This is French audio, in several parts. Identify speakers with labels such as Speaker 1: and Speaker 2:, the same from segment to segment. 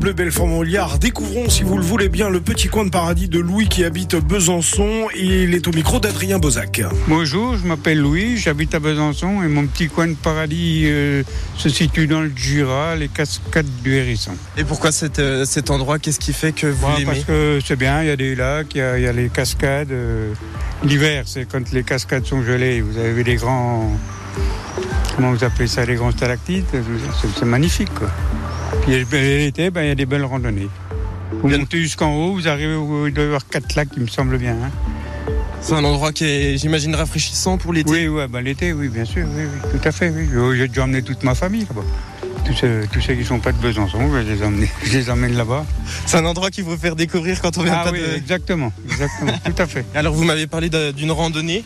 Speaker 1: Bleu Belfort-Montliard. Découvrons, si vous le voulez bien, le petit coin de paradis de Louis qui habite Besançon. Il est au micro d'Adrien Bozac.
Speaker 2: Bonjour, je m'appelle Louis, j'habite à Besançon et mon petit coin de paradis euh, se situe dans le Jura, les cascades du Hérisson.
Speaker 3: Et pourquoi cet, euh, cet endroit Qu'est-ce qui fait que vous
Speaker 2: Bah,
Speaker 3: l'aimez
Speaker 2: parce que c'est bien, il y a des lacs, il y a, il y a les cascades. euh, L'hiver, c'est quand les cascades sont gelées, vous avez les grands. Comment vous appelez ça Les grands stalactites C'est c'est magnifique, quoi. Puis et- et l'été, ben, il y a des belles randonnées. Vous
Speaker 3: Bien.
Speaker 2: montez jusqu'en haut, vous arrivez où il doit y avoir quatre lacs, il me semble bien. hein.
Speaker 3: C'est un endroit qui est, j'imagine, rafraîchissant pour l'été.
Speaker 2: Oui, ouais, ben, l'été, oui, bien sûr, oui, oui, tout à fait. Oui. Oh, J'ai- J'ai déjà emmené toute ma famille là-bas. Tous ceux, tous ceux qui ne sont pas de Besançon, je les, emmène- je les emmène là-bas.
Speaker 3: C'est un endroit qui vous faire découvrir quand on vient
Speaker 2: Ah
Speaker 3: pas
Speaker 2: oui,
Speaker 3: de...
Speaker 2: exactement, exactement, tout à fait.
Speaker 3: Alors vous m'avez parlé d'un- d'une randonnée.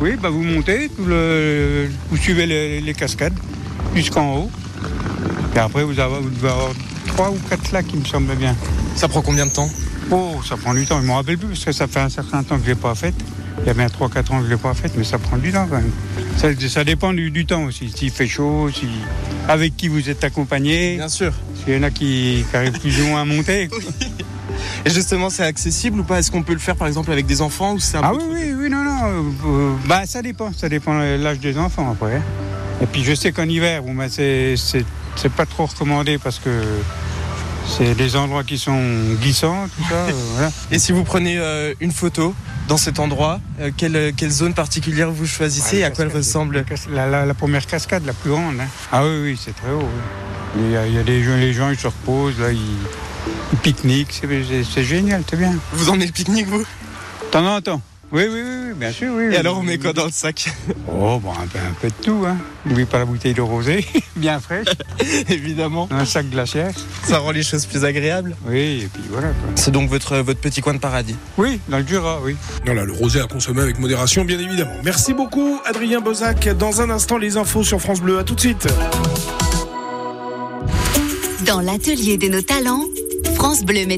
Speaker 2: Oui, bah vous montez, tout le- vous suivez les, les cascades jusqu'en haut. Et après, vous, avez, vous devez avoir trois ou quatre lacs, il me semble bien.
Speaker 3: Ça prend combien de temps
Speaker 2: Oh, ça prend du temps. Je ne me rappelle plus parce que ça fait un certain temps que je ne l'ai pas faite. Il y a bien 3-4 ans que je ne l'ai pas faite, mais ça prend du temps quand même. Ça, ça dépend du, du temps aussi. S'il fait chaud, si, avec qui vous êtes accompagné.
Speaker 3: Bien sûr.
Speaker 2: Il y en a qui, qui arrivent plus ou moins à monter.
Speaker 3: Et justement, c'est accessible ou pas Est-ce qu'on peut le faire par exemple avec des enfants ou c'est un
Speaker 2: Ah
Speaker 3: peu
Speaker 2: oui,
Speaker 3: trop-
Speaker 2: oui, oui, non, non. euh, bah, ça dépend, ça dépend de l'âge des enfants après. hein. Et puis je sais qu'en hiver, bon, bah, c'est c'est- c'est pas trop recommandé parce que c'est des endroits qui sont glissants, tout ça. euh, voilà.
Speaker 3: Et si vous prenez euh, une photo dans cet endroit, euh, quelle, quelle zone particulière vous choisissez
Speaker 2: Ouais,
Speaker 3: et à
Speaker 2: Ah, les
Speaker 3: quoi elle
Speaker 2: cascades, les
Speaker 3: ressemble
Speaker 2: cas- La, la- la première cascade, la plus grande. hein. Ah oui, oui, c'est très haut. oui. Il y a, il y a des gens, les gens, ils se reposent, là, ils, ils pique-niquent, c'est- c'est c'est génial, c'est bien.
Speaker 3: Vous emmenez le pique-nique vous
Speaker 2: De temps en temps. Oui, oui, oui, oui, bien sûr, oui.
Speaker 3: Et
Speaker 2: oui.
Speaker 3: alors on met quoi dans le sac
Speaker 2: Oh, bon, un peu, un peu de tout, hein. N'oublie pas la bouteille de rosée, bien fraîche.
Speaker 3: Évidemment,
Speaker 2: Un sac glaciaire
Speaker 3: ça rend les choses plus agréables.
Speaker 2: Oui, et puis voilà. Quoi.
Speaker 3: C'est donc votre, votre petit coin de paradis.
Speaker 2: Oui, dans le Jura, oui.
Speaker 1: Voilà, le rosé à consommer avec modération, bien évidemment. Merci beaucoup, Adrien Bozac. Dans un instant, les infos sur France Bleu. À tout de suite.
Speaker 4: Dans l'atelier de nos talents, France Bleu met